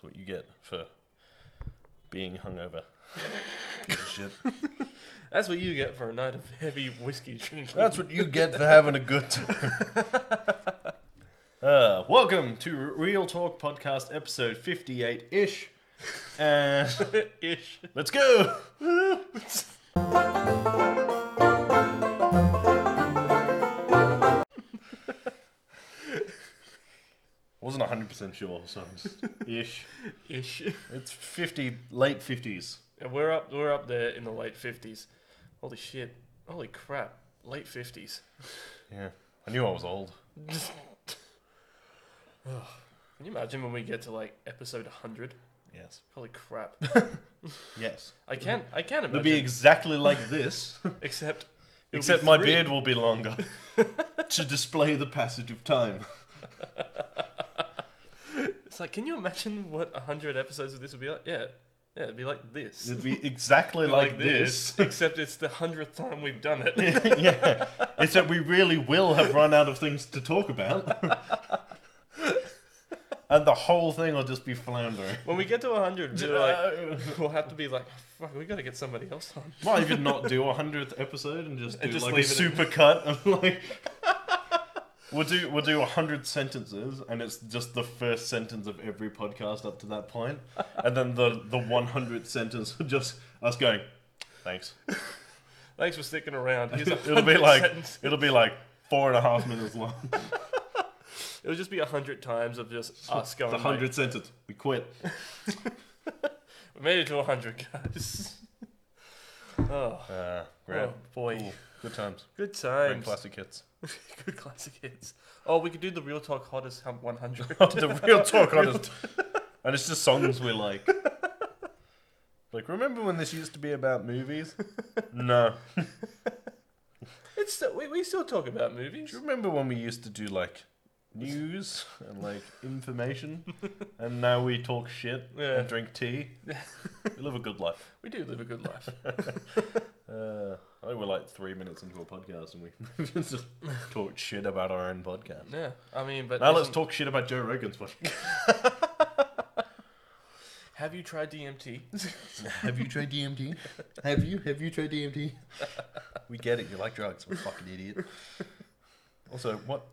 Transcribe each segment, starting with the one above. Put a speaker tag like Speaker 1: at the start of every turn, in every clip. Speaker 1: what you get for being hungover.
Speaker 2: Shit.
Speaker 3: That's what you get for a night of heavy whiskey drinking.
Speaker 1: That's what you get for having a good time. Uh, welcome to Real Talk Podcast, episode 58 ish. And
Speaker 3: ish.
Speaker 1: let's go! Wasn't 100% sure, so I'm just ish.
Speaker 3: Ish.
Speaker 1: It's 50, late 50s.
Speaker 3: And we're up we're up there in the late fifties. Holy shit. Holy crap. Late fifties.
Speaker 1: Yeah. I knew I was old.
Speaker 3: Can you imagine when we get to like episode hundred?
Speaker 1: Yes.
Speaker 3: Holy crap.
Speaker 1: Yes.
Speaker 3: I can I can
Speaker 1: It'll
Speaker 3: imagine
Speaker 1: be exactly like this.
Speaker 3: except it'll be
Speaker 1: Except my
Speaker 3: three.
Speaker 1: beard will be longer to display the passage of time.
Speaker 3: It's like can you imagine what hundred episodes of this would be like? Yeah. Yeah, it'd be like this.
Speaker 1: It'd be exactly like, this.
Speaker 3: except it's the hundredth time we've done it.
Speaker 1: yeah. Except we really will have run out of things to talk about. and the whole thing will just be floundering.
Speaker 3: when we get to hundred, we'll, like,
Speaker 1: Uh,
Speaker 3: we'll have to be like, "Oh, fuck, we gotta get somebody else on.
Speaker 1: Why even not do a hundredth episode and just do
Speaker 3: And just
Speaker 1: like a
Speaker 3: leave it in.
Speaker 1: super cut of like We'll do we'll do a hundred sentences and it's just the first sentence of every podcast up to that point. And then the the one hundredth sentence of just us going, Thanks.
Speaker 3: Thanks for sticking around. Here's a
Speaker 1: It'll be like
Speaker 3: sentence.
Speaker 1: it'll be like four and a half minutes long.
Speaker 3: It'll just be a hundred times of just us going.
Speaker 1: The
Speaker 3: like,
Speaker 1: hundredth sentence. We quit.
Speaker 3: We made it to a hundred, guys. oh,
Speaker 1: Uh,
Speaker 3: oh, boy,
Speaker 1: Cool. Good times.
Speaker 3: good times.
Speaker 1: hits.
Speaker 3: good classic hits. Oh, we could do the real talk hottest hump one hundred.
Speaker 1: Oh, the real talk on it. And it's just songs we like. Like, remember when this used to be about movies? no.
Speaker 3: it's still, we, we still talk about movies.
Speaker 1: Do you remember when we used to do like news and like information? and now we talk shit
Speaker 3: Yeah.
Speaker 1: and drink tea. we live a good life.
Speaker 3: We do live a good life.
Speaker 1: Uh, I think we're like three minutes into a podcast and we just talk shit about our own podcast.
Speaker 3: yeah, I mean, but
Speaker 1: Now let's
Speaker 3: isn't-
Speaker 1: talk shit about Joe Rogan's podcast.
Speaker 3: Have you tried DMT?
Speaker 1: Have you tried DMT? Have you? Have you tried DMT? we get it. You like drugs. We're fucking idiot. Also, what?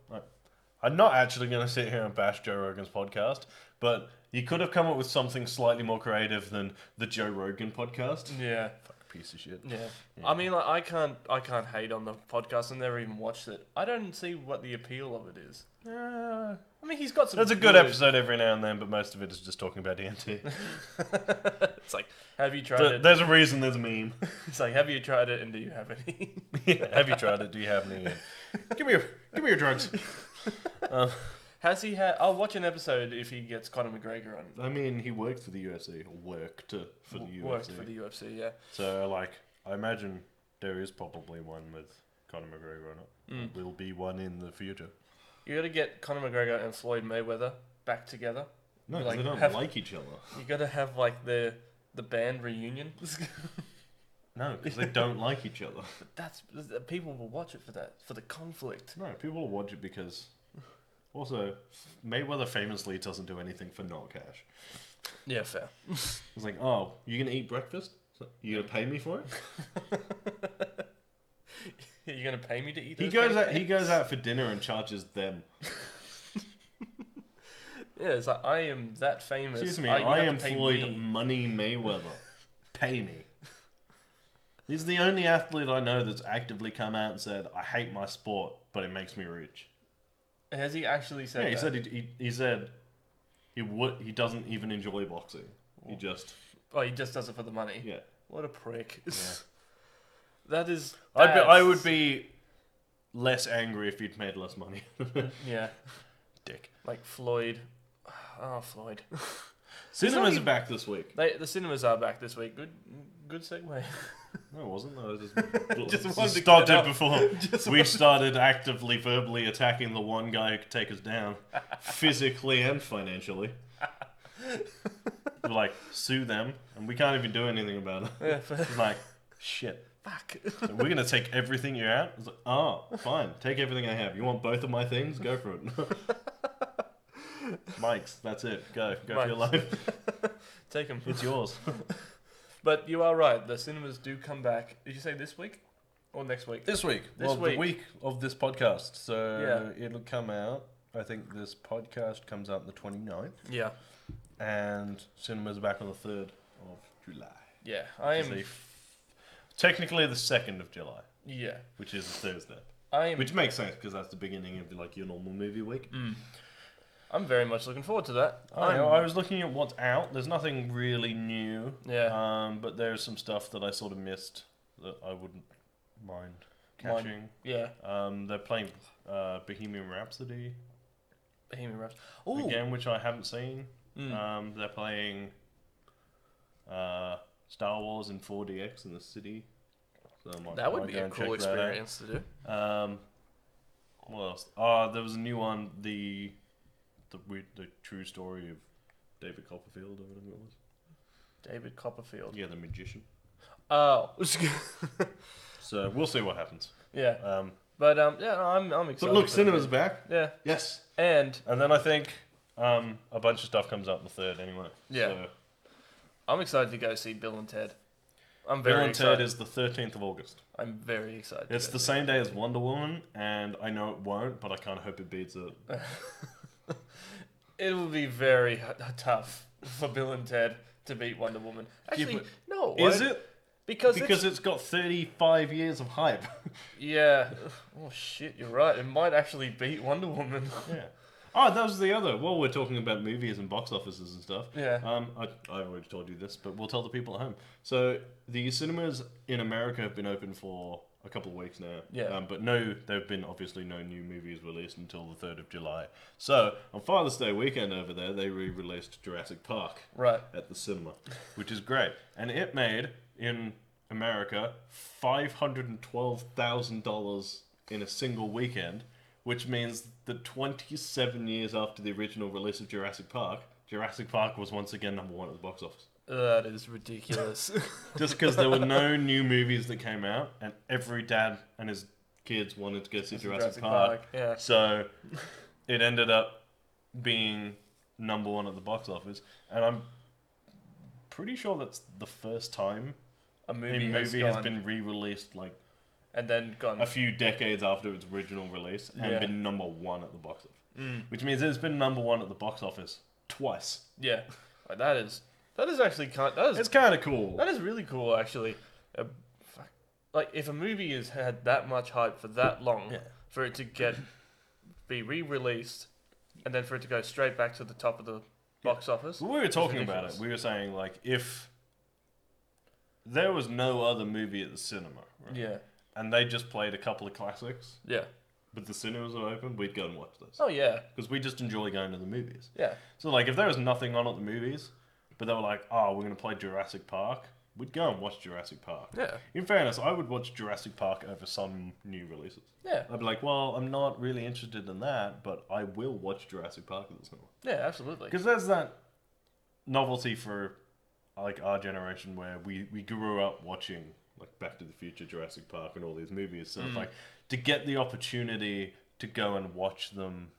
Speaker 1: I'm not actually going to sit here and bash Joe Rogan's podcast, but you could have come up with something slightly more creative than the Joe Rogan podcast.
Speaker 3: yeah,
Speaker 1: Fuck, piece of shit.
Speaker 3: yeah,
Speaker 1: Yeah.
Speaker 3: I mean, like, I can't, I can't hate on the podcast and never even watched it. I don't see what the appeal of it is.
Speaker 1: Uh,
Speaker 3: I mean, he's got some.
Speaker 1: that's a good episode every now and then, but most of it is just talking about DMT.
Speaker 3: It's like, have you tried
Speaker 1: Th-
Speaker 3: it?
Speaker 1: There's a reason there's a meme.
Speaker 3: It's like, have you tried it, and do you have any?
Speaker 1: have you tried it? Do you have any? give me your, give me your drugs.
Speaker 3: Um, Has he had? I'll watch an episode if he gets Conor McGregor on.
Speaker 1: I mean, he worked for the UFC. Worked for the UFC.
Speaker 3: W- Worked for the UFC, yeah.
Speaker 1: So, like, I imagine there is probably one with Conor McGregor on it.
Speaker 3: Mm.
Speaker 1: Will be one in the future.
Speaker 3: You got to get Conor McGregor and Floyd Mayweather back together.
Speaker 1: No, 'cause
Speaker 3: Like,
Speaker 1: they don't
Speaker 3: have-
Speaker 1: like each other.
Speaker 3: You got to have like the the band reunion.
Speaker 1: No, because they don't like each other.
Speaker 3: That's people will watch it for that for the conflict.
Speaker 1: No, people will watch it because. Also, Mayweather famously doesn't do anything for not cash.
Speaker 3: Yeah, fair.
Speaker 1: It's like, oh, you gonna eat breakfast? It's like, You gonna pay me for it?
Speaker 3: You're gonna pay me to eat.
Speaker 1: He
Speaker 3: those
Speaker 1: goes out.
Speaker 3: pancakes?
Speaker 1: He goes out for dinner and charges them.
Speaker 3: Yeah, it's like I am that famous.
Speaker 1: Excuse me,
Speaker 3: I, you
Speaker 1: I
Speaker 3: have to
Speaker 1: am
Speaker 3: pay
Speaker 1: Floyd
Speaker 3: me.
Speaker 1: Money Mayweather. Pay me. He's the only athlete I know that's actively come out and said, I hate my sport, but it makes me rich.
Speaker 3: Has he actually said?
Speaker 1: Yeah, he
Speaker 3: that?
Speaker 1: said he, he, he said he would he doesn't even enjoy boxing. He just
Speaker 3: Oh, he just does it for the money.
Speaker 1: yeah.
Speaker 3: What a prick. that is.
Speaker 1: I'd be, I
Speaker 3: bad.
Speaker 1: would be less angry if he'd made less money.
Speaker 3: Yeah,
Speaker 1: Dick.
Speaker 3: like Floyd. Oh, Floyd.
Speaker 1: Cinemas
Speaker 3: not
Speaker 1: are back this week.
Speaker 3: They, the cinemas are back this week. Good, good segue.
Speaker 1: No, it wasn't. No, I just,
Speaker 3: Just
Speaker 1: just
Speaker 3: wanted to
Speaker 1: stopped
Speaker 3: clear
Speaker 1: it
Speaker 3: up.
Speaker 1: before we started actively, verbally attacking the one guy who could take us down, physically and financially. We're like, sue them, and we can't even do anything about it.
Speaker 3: Yeah, fair.
Speaker 1: It's like, shit.
Speaker 3: Fuck.
Speaker 1: So we're gonna take everything you out. It's like, oh, fine, take everything I have. You want both of my things? Go for it. Mike's. That's it. Go. Go for your
Speaker 3: Mike's.
Speaker 1: life.
Speaker 3: Take them.
Speaker 1: It's yours.
Speaker 3: But you are right. The cinemas do come back. Did you say this week or next week?
Speaker 1: This week.
Speaker 3: This
Speaker 1: well,
Speaker 3: week.
Speaker 1: the week of this podcast. So it'll come out. I think this podcast comes out the 29th.
Speaker 3: Yeah,
Speaker 1: And cinema's back on the 3rd of July.
Speaker 3: yeah. I
Speaker 1: Which is
Speaker 3: am.
Speaker 1: the f- technically the 2nd of July,
Speaker 3: Yeah,
Speaker 1: which is a Thursday.
Speaker 3: I am.
Speaker 1: Which makes sense because that's the beginning of like your normal movie week.
Speaker 3: Mm. I'm very much looking forward to that.
Speaker 1: I, know,
Speaker 3: I'm-
Speaker 1: I was looking at what's out. There's nothing really new.
Speaker 3: Yeah.
Speaker 1: Um, but there's some stuff that I sort of missed that I wouldn't mind
Speaker 3: Mind.
Speaker 1: catching.
Speaker 3: yeah.
Speaker 1: Um, they're playing uh, Bohemian Rhapsody
Speaker 3: Bohemian Rhapsody. Ooh.
Speaker 1: again, which I haven't seen.
Speaker 3: Mm.
Speaker 1: Um, they're playing uh, Star Wars in 4DX in the city. So I might-
Speaker 3: that would
Speaker 1: might
Speaker 3: be
Speaker 1: go
Speaker 3: a
Speaker 1: and check
Speaker 3: cool
Speaker 1: that out.
Speaker 3: experience to do.
Speaker 1: Um, what else? Ah, there was a new one. The the weird, the true story of David Copperfield or whatever it was.
Speaker 3: David Copperfield.
Speaker 1: Yeah, the magician.
Speaker 3: Oh.
Speaker 1: So we'll see what happens.
Speaker 3: yeah.
Speaker 1: Um,
Speaker 3: But um, yeah, no, I'm I'm excited.
Speaker 1: but look,
Speaker 3: for
Speaker 1: cinema's
Speaker 3: it.
Speaker 1: back.
Speaker 3: Yeah,
Speaker 1: Yes.
Speaker 3: and
Speaker 1: And then I think um, a bunch of stuff comes up in the third anyway.
Speaker 3: Yeah.
Speaker 1: So
Speaker 3: I'm excited to go see Bill and Ted. I'm very
Speaker 1: Bill and
Speaker 3: excited.
Speaker 1: Ted is the 13th of August.
Speaker 3: I'm very excited. to
Speaker 1: It's
Speaker 3: go
Speaker 1: the
Speaker 3: see
Speaker 1: same day as Wonder Woman, and I know it won't, but I kind of hope it beats it.
Speaker 3: It will be very h- tough for Bill and Ted to beat Wonder Woman. Actually,
Speaker 1: but
Speaker 3: no.
Speaker 1: Is
Speaker 3: won't,
Speaker 1: it?
Speaker 3: Because,
Speaker 1: Because it's
Speaker 3: it's,
Speaker 1: got 35 years of hype.
Speaker 3: yeah. Oh shit, you're right. It might actually beat Wonder Woman.
Speaker 1: Yeah. Oh, that was the other. While we're talking about movies and box offices and stuff,
Speaker 3: Yeah.
Speaker 1: um, I, I already told you this, but we'll tell the people at home. So the cinemas in America have been open for a couple of weeks now.
Speaker 3: Yeah.
Speaker 1: Um, but no, there have been obviously no new movies released until the third of July. So on Father's Day weekend over there, they re-released Jurassic Park
Speaker 3: Right.
Speaker 1: at the cinema, which is great, and it made in America five hundred and twelve thousand dollars in a single weekend, which means that twenty-seven years after the original release of Jurassic Park, Jurassic Park was once again number one at the box office.
Speaker 3: That is ridiculous.
Speaker 1: Just because there were no new movies that came out, and every dad and his kids wanted to go see Jurassic, Park.
Speaker 3: Yeah.
Speaker 1: So it ended up being number one at the box office, and I'm pretty sure that's the first time
Speaker 3: A
Speaker 1: a
Speaker 3: movie,
Speaker 1: movie,
Speaker 3: has,
Speaker 1: has,
Speaker 3: gone
Speaker 1: been re-released like
Speaker 3: and then gone.
Speaker 1: a few decades after its original release and
Speaker 3: Yeah.
Speaker 1: been number one at the box office,
Speaker 3: Mm.
Speaker 1: which means it's been number one at the box office twice.
Speaker 3: yeah. Like, that is that is actually kind. That is
Speaker 1: It's kind of cool.
Speaker 3: that is really cool actually. Uh, fuck. like if a movie has had that much hype for that long,
Speaker 1: Yeah.
Speaker 3: for it to get be re-released, and then for it to go straight back to the top of the box office.
Speaker 1: We were talking about
Speaker 3: ridiculous.
Speaker 1: it. We were saying like if there was no other movie at the cinema, right?
Speaker 3: Yeah.
Speaker 1: and they just played a couple of classics,
Speaker 3: Yeah.
Speaker 1: but the cinemas are open, we'd go and watch those.
Speaker 3: Oh yeah.
Speaker 1: because we just enjoy going to the movies.
Speaker 3: Yeah.
Speaker 1: So like, if there was nothing on at the movies, but they were like, "Oh, we're gonna play Jurassic Park," we'd go and watch Jurassic Park.
Speaker 3: Yeah.
Speaker 1: In fairness, I would watch Jurassic Park over some new releases.
Speaker 3: Yeah.
Speaker 1: I'd be like, "Well, I'm not really interested in that, but I will watch Jurassic Park at the cinema."
Speaker 3: Yeah. Absolutely.
Speaker 1: Because there's that novelty for like our generation where we, we grew up watching like Back to the Future, Jurassic Park, and all these movies. So it's like to get the opportunity to go and watch them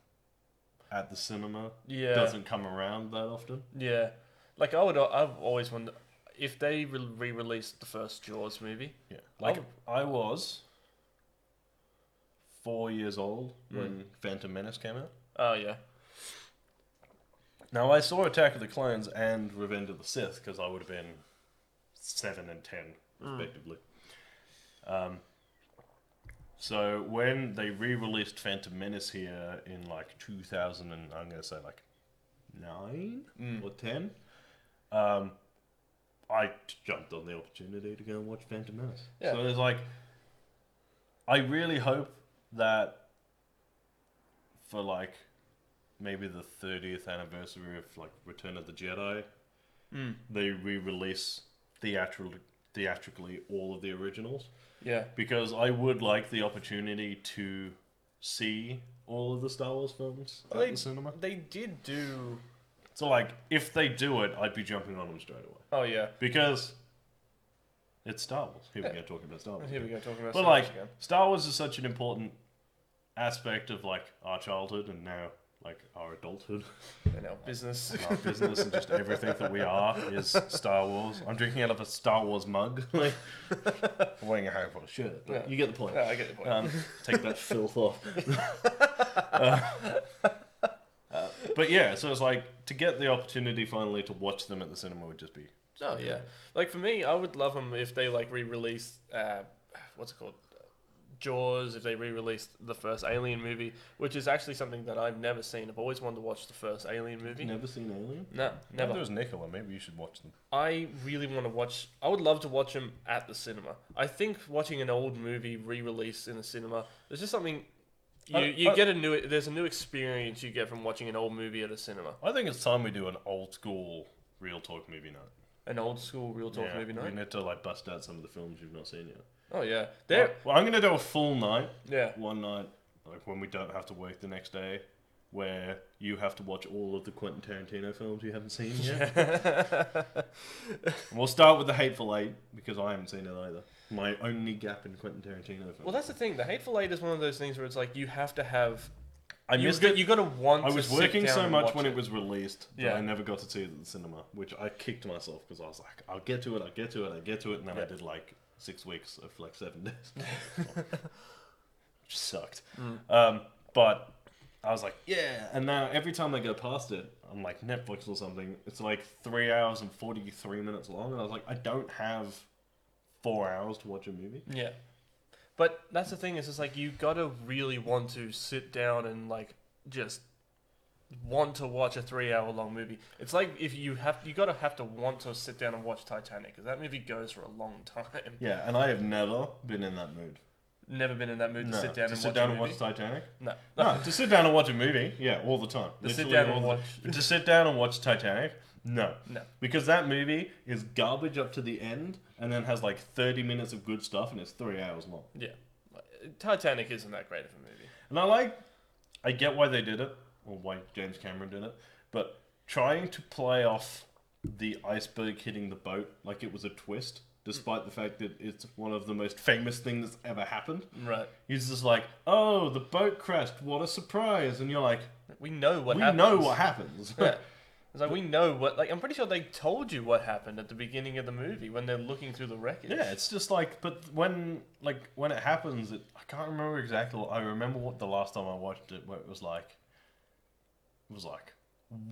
Speaker 1: at the cinema
Speaker 3: Yeah.
Speaker 1: doesn't come around that often.
Speaker 3: Yeah. Like I would. I've always wondered if they re- re-released the first Jaws movie.
Speaker 1: Yeah, Oh. like
Speaker 3: Like-
Speaker 1: I was four years old when Phantom Menace came out.
Speaker 3: Oh yeah.
Speaker 1: Now I saw Attack of the Clones and Revenge of the Sith because I would have been seven and ten respectively. Um, so when they re-released Phantom Menace here in like 2000 and I'm gonna say like nine or ten, um, I t- jumped on the opportunity to go and watch Phantom Menace.
Speaker 3: Yeah.
Speaker 1: So it's like, I really hope that for like maybe the 30th anniversary of like Return of the Jedi, they re-release theatrically theatrically all of the originals
Speaker 3: Yeah.
Speaker 1: because I would like the opportunity to see all of the Star Wars films at
Speaker 3: They-
Speaker 1: the cinema.
Speaker 3: They did do.
Speaker 1: So like if they do it, I'd be jumping on them straight away
Speaker 3: Oh yeah.
Speaker 1: because it's Star Wars. Here we go talking about Star Wars.
Speaker 3: Here we go talking about.
Speaker 1: But
Speaker 3: Star Wars
Speaker 1: like
Speaker 3: again.
Speaker 1: Star Wars is such an important aspect of like our childhood and now like our adulthood,
Speaker 3: and our business.
Speaker 1: and our business, and just everything that we are is Star Wars. I'm drinking out of a Star Wars mug, like I'm wearing a Harry Potter shirt. but
Speaker 3: Yeah.
Speaker 1: You get the point.
Speaker 3: No, I get the point.
Speaker 1: Um, take that filth off. Uh, uh, but yeah, so it's like to get the opportunity finally to watch them at the cinema would just be
Speaker 3: Oh yeah, like for me, I would love them if they like re-released uh, what's it called, Jaws. If they re-released the first Alien movie, which is actually something that I've never seen. I've always wanted to watch the first Alien movie.
Speaker 1: never seen Alien.
Speaker 3: No,
Speaker 1: Never.
Speaker 3: never.
Speaker 1: There was Nicola. Maybe you should watch them.
Speaker 3: I really want to watch. I would love to watch them at the cinema. I think watching an old movie re-released in the cinema, there's just something. You,
Speaker 1: I-
Speaker 3: you
Speaker 1: I-
Speaker 3: get a new there's a new experience you get from watching an old movie at a cinema
Speaker 1: I think it's time we do an old school real talk movie night.
Speaker 3: an old school real talk
Speaker 1: Yeah,
Speaker 3: movie
Speaker 1: We
Speaker 3: night
Speaker 1: need to like bust out some of the films you've not seen yet.
Speaker 3: oh yeah there
Speaker 1: Well, well, I'm gonna do a full night,
Speaker 3: yeah
Speaker 1: one night, like when we don't have to work the next day, where you have to watch all of the Quentin Tarantino films you haven't seen yet. And we'll start with the Hateful Eight because I haven't seen it either. My only gap in Quentin Tarantino films.
Speaker 3: Well, that's the thing. The Hateful Eight is one of those things where it's like you have to have.
Speaker 1: I
Speaker 3: you
Speaker 1: missed
Speaker 3: got,
Speaker 1: it.
Speaker 3: You got to want.
Speaker 1: I
Speaker 3: to
Speaker 1: was
Speaker 3: sit
Speaker 1: working
Speaker 3: down
Speaker 1: so
Speaker 3: and
Speaker 1: much
Speaker 3: watch
Speaker 1: when it. was released that
Speaker 3: Yeah.
Speaker 1: I never got to see it at the cinema, which I kicked myself because I was like, I'll get to it, I'll get to it, I'll get to it, and then I
Speaker 3: Yeah.
Speaker 1: did like six weeks of like seven days. Which sucked.
Speaker 3: Mm.
Speaker 1: Um, but I was like, yeah. And now every time I go past it, I'm like Netflix or something, it's like three hours and 43 minutes long. And I was like, I don't have four hours to watch a movie.
Speaker 3: Yeah, but that's the thing is, it's like you got to really want to sit down and like just want to watch a three-hour-long movie. It's like if you have, you got to have to want to sit down and watch Titanic because that movie goes for a long time.
Speaker 1: Yeah, and I have never been in that mood.
Speaker 3: Never been in that mood to
Speaker 1: No,
Speaker 3: sit down
Speaker 1: to
Speaker 3: and
Speaker 1: sit
Speaker 3: watch
Speaker 1: down
Speaker 3: a
Speaker 1: and
Speaker 3: movie.
Speaker 1: watch Titanic.
Speaker 3: no,
Speaker 1: No, to sit down and watch a movie, yeah, all the time.
Speaker 3: To sit
Speaker 1: Literally
Speaker 3: down and
Speaker 1: all the-
Speaker 3: watch-
Speaker 1: but to sit down and watch Titanic, no,
Speaker 3: no.
Speaker 1: because that movie is garbage up to the end, and then has like thirty minutes of good stuff, and it's three hours long.
Speaker 3: Yeah, Titanic isn't that great of a movie.
Speaker 1: And I like, I get why they did it, or why James Cameron did it, but trying to play off the iceberg hitting the boat like it was a twist, despite the fact that it's one of the most famous things that's ever happened.
Speaker 3: Right.
Speaker 1: He's just like, oh, the boat crashed, what a surprise, and you're like,
Speaker 3: We know what
Speaker 1: we
Speaker 3: happens.
Speaker 1: know what happens.
Speaker 3: Yeah. It's like we know what like I'm pretty sure they told you what happened at the beginning of the movie when they're looking through the wreckage.
Speaker 1: Yeah, it's just like, but when like when it happens, it, I can't remember exactly. What, I remember what the last time I watched it, where it was like, it was like,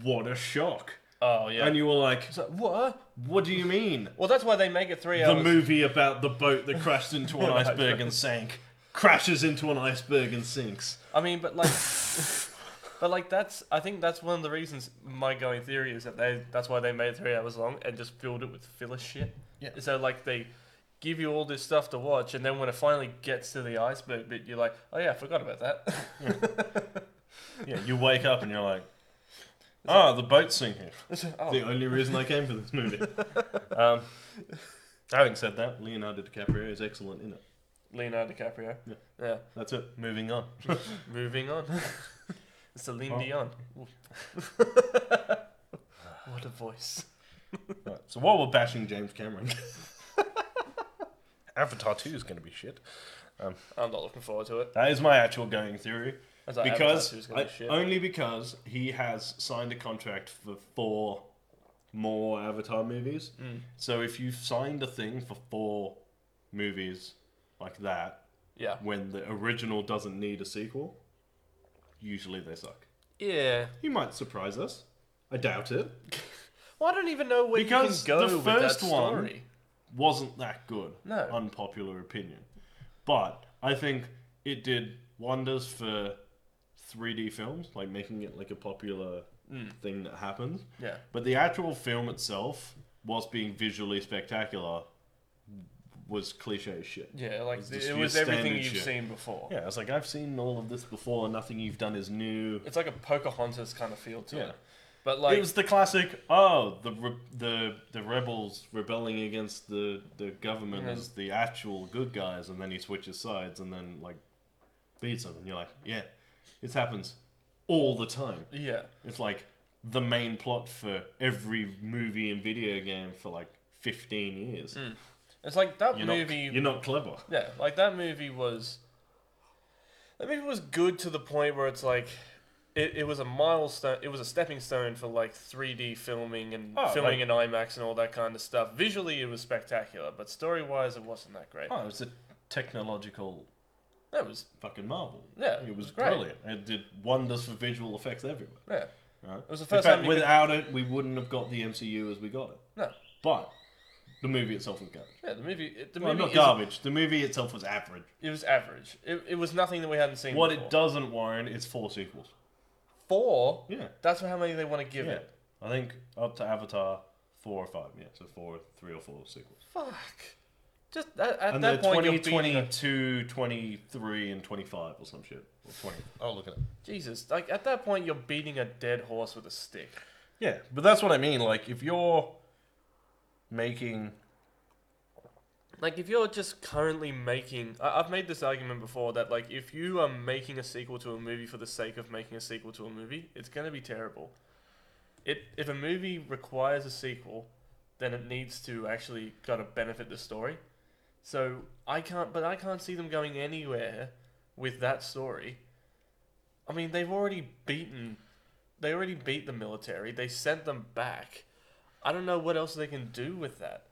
Speaker 1: what a shock,
Speaker 3: Oh yeah.
Speaker 1: and you were like,
Speaker 3: it's like, what?
Speaker 1: what do you mean?
Speaker 3: Well that's why they make it three
Speaker 1: The
Speaker 3: hours.
Speaker 1: movie about the boat that crashed into an iceberg and sank crashes into an iceberg and sinks.
Speaker 3: I mean but like But like that's I think that's one of the reasons my going theory is that they that's why they made it three hours long and just filled it with filler shit.
Speaker 1: Yeah.
Speaker 3: So like they give you all this stuff to watch and then when it finally gets to the iceberg bit you're like, Oh yeah, I forgot about that.
Speaker 1: Yeah, you wake up and you're like, ah, the boat's sinking.
Speaker 3: oh,
Speaker 1: The only reason I came for this movie. Um, having said that, Leonardo DiCaprio is excellent in it.
Speaker 3: Leonardo DiCaprio.
Speaker 1: Yeah.
Speaker 3: yeah.
Speaker 1: That's it. Moving on.
Speaker 3: Moving on. Celine
Speaker 1: Oh.
Speaker 3: Dion. Ooh. what a voice.
Speaker 1: Right, so while we're bashing James Cameron, Avatar 2 is going to be shit.
Speaker 3: I'm not looking forward to it.
Speaker 1: That is my actual going theory.
Speaker 3: As I advertise who's
Speaker 1: because,
Speaker 3: gonna
Speaker 1: I-
Speaker 3: be shit.
Speaker 1: only because he has signed a contract for four more Avatar movies.
Speaker 3: Hmm.
Speaker 1: So if you've signed a thing for four movies like that,
Speaker 3: yeah.
Speaker 1: when the original doesn't need a sequel, usually they suck.
Speaker 3: Yeah.
Speaker 1: He might surprise us. I doubt it.
Speaker 3: Well, I don't even know where
Speaker 1: Because
Speaker 3: you can go
Speaker 1: the
Speaker 3: with that
Speaker 1: first one-
Speaker 3: story.
Speaker 1: wasn't that good.
Speaker 3: No.
Speaker 1: Unpopular opinion. But I think it did wonders for 3D films, like making it like a popular thing that happens.
Speaker 3: Yeah.
Speaker 1: But the actual film itself, whilst being visually spectacular, was cliche as shit.
Speaker 3: Yeah, like
Speaker 1: It's just
Speaker 3: it
Speaker 1: your
Speaker 3: was everything
Speaker 1: standard
Speaker 3: you've
Speaker 1: shit.
Speaker 3: seen before.
Speaker 1: Yeah, it's like I've seen all of this before, nothing you've done is new.
Speaker 3: It's like a Pocahontas kind of feel to
Speaker 1: Yeah.
Speaker 3: it. But like
Speaker 1: it was the classic. Oh, the re- the the rebels rebelling against the the government
Speaker 3: Yeah.
Speaker 1: as the actual good guys, and then he switches sides and then like beats them, and you're like, yeah, this happens all the time.
Speaker 3: yeah.
Speaker 1: It's like the main plot for every movie and video game for like 15 years.
Speaker 3: It's like that
Speaker 1: You're
Speaker 3: movie
Speaker 1: not you're not clever.
Speaker 3: Yeah, like that movie was. That movie was good to the point where it's like, it, it was a milestone. It was a stepping stone for like 3D filming and
Speaker 1: Oh,
Speaker 3: filming in IMAX and all that kind of stuff. Visually, it was spectacular, but story-wise, it wasn't that great.
Speaker 1: Oh, it was a technological
Speaker 3: That was
Speaker 1: fucking marvel.
Speaker 3: Yeah,
Speaker 1: It was
Speaker 3: great.
Speaker 1: brilliant. It did wonders for visual effects everywhere.
Speaker 3: yeah.
Speaker 1: Right? It
Speaker 3: was the first time you could-
Speaker 1: without it, we wouldn't have got the MCU as we got it.
Speaker 3: No,
Speaker 1: But the movie itself was garbage.
Speaker 3: yeah. The movie, it, the
Speaker 1: Well,
Speaker 3: movie
Speaker 1: not
Speaker 3: is-
Speaker 1: garbage. The movie itself was average.
Speaker 3: It was average. It, it was nothing that we hadn't seen.
Speaker 1: What
Speaker 3: before.
Speaker 1: it doesn't warrant is four sequels.
Speaker 3: four.
Speaker 1: Yeah.
Speaker 3: That's how many they want to give
Speaker 1: Yeah.
Speaker 3: it.
Speaker 1: I think up to Avatar, four or five. Yeah, so four, three or four sequels.
Speaker 3: Fuck. Just at, at
Speaker 1: and
Speaker 3: that
Speaker 1: they're
Speaker 3: point, uh,
Speaker 1: 20,
Speaker 3: you're beating a-
Speaker 1: 22, 23, and 25 or some shit. Or 20.
Speaker 3: Oh,
Speaker 1: I'll look at it.
Speaker 3: Jesus, like at that point, you're beating a dead horse with a stick.
Speaker 1: Yeah, but that's what I mean. Like, if you're making.
Speaker 3: Like if you're just currently making, I, I've made this argument before that like if you are making a sequel to a movie for the sake of making a sequel to a movie, it's going to be terrible. It if a movie requires a sequel, then it needs to actually got to benefit the story. So I can't, but I can't see them going anywhere with that story. I mean, they've already beaten, they already beat the military. They sent them back. I don't know what else they can do with that.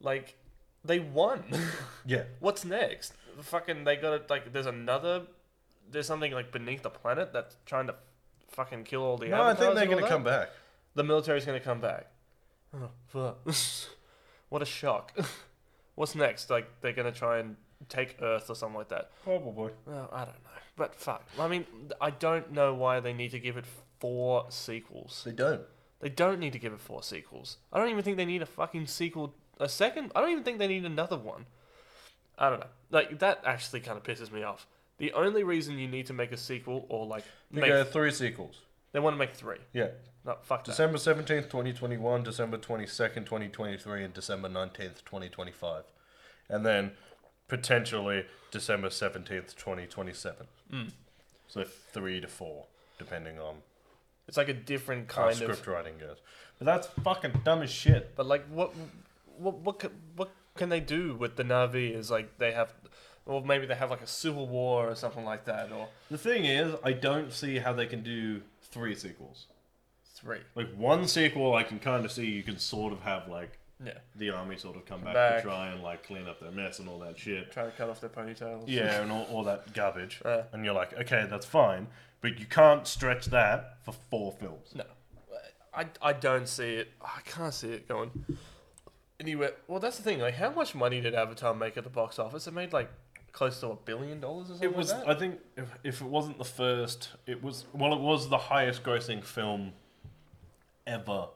Speaker 3: Like, they won.
Speaker 1: Yeah.
Speaker 3: What's next? Fucking, they got to like. There's another. There's something like beneath the planet that's trying to fucking kill all the.
Speaker 1: No, I think
Speaker 3: avatars
Speaker 1: they're
Speaker 3: and all
Speaker 1: going to
Speaker 3: that?
Speaker 1: come back.
Speaker 3: the military's going to come back. Oh, fuck. what a shock. What's next? Like, they're going to try and take Earth or something like that.
Speaker 1: Probably.
Speaker 3: Well, I don't know. But fuck. I mean, th- I don't know why they need to give it four sequels.
Speaker 1: They don't.
Speaker 3: They don't need to give it four sequels. I don't even think they need a fucking sequel. A second? I don't even think they need another one. I don't know. Like, that actually kind of pisses me off. The only reason you need to make a sequel or, like,
Speaker 1: They
Speaker 3: make,
Speaker 1: go three sequels.
Speaker 3: they want to make three.
Speaker 1: Yeah.
Speaker 3: No, fuck that.
Speaker 1: December 17th, 2021, December 22nd, 2023, and December 19th, 2025. And then potentially December 17th, 2027.
Speaker 3: Hmm.
Speaker 1: So three to four, depending on
Speaker 3: It's like a different
Speaker 1: how
Speaker 3: kind of
Speaker 1: script writing goes. But that's fucking dumb as shit.
Speaker 3: But like, what, what, what, can, what can they do with the Navi? Is like they have, or maybe they have like a civil war or something like that, or
Speaker 1: The thing is, I don't see how they can do three sequels.
Speaker 3: three.
Speaker 1: Like one sequel, I can kind of see you can sort of have like
Speaker 3: Yeah,
Speaker 1: the army sort of come back,
Speaker 3: back.
Speaker 1: to try and like clean up their mess and all that shit.
Speaker 3: trying to cut off their ponytails.
Speaker 1: Yeah, and all, all that garbage.
Speaker 3: Uh.
Speaker 1: and you're like, okay, that's fine, but you can't stretch that for four films.
Speaker 3: No, I, I don't see it. I can't see it going anywhere. Well, that's the thing. Like, how much money did Avatar make at the box office? It made like close to a billion dollars or something.
Speaker 1: It was,
Speaker 3: Like that?
Speaker 1: I think, if, if it wasn't the first, it was well, it was the highest grossing film ever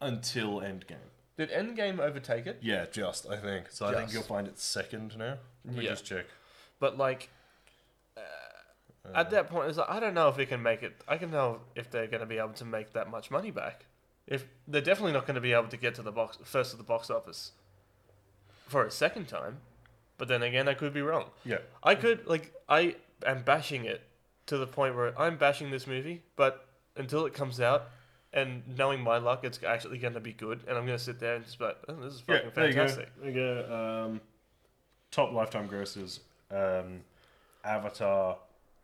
Speaker 1: until Endgame.
Speaker 3: Did Endgame overtake it?
Speaker 1: Yeah, just I think. So I think
Speaker 3: Just.
Speaker 1: you'll find it second now. Let me
Speaker 3: Yeah.
Speaker 1: just check.
Speaker 3: But like, uh, at that point, it's like, I don't know if it can make it. I can know if they're going to be able to make that much money back. If they're definitely not going to be able to get to the box first of the box office for a second time, but then again, I could be wrong.
Speaker 1: Yeah.
Speaker 3: I could like I am bashing it to the point where I'm bashing this movie, but until it comes out. And knowing my luck, it's actually going to be good, and I'm going to sit there and just be like, oh, "This is fucking fantastic."
Speaker 1: There you go. There you go. Um, top lifetime grosses. Um, Avatar,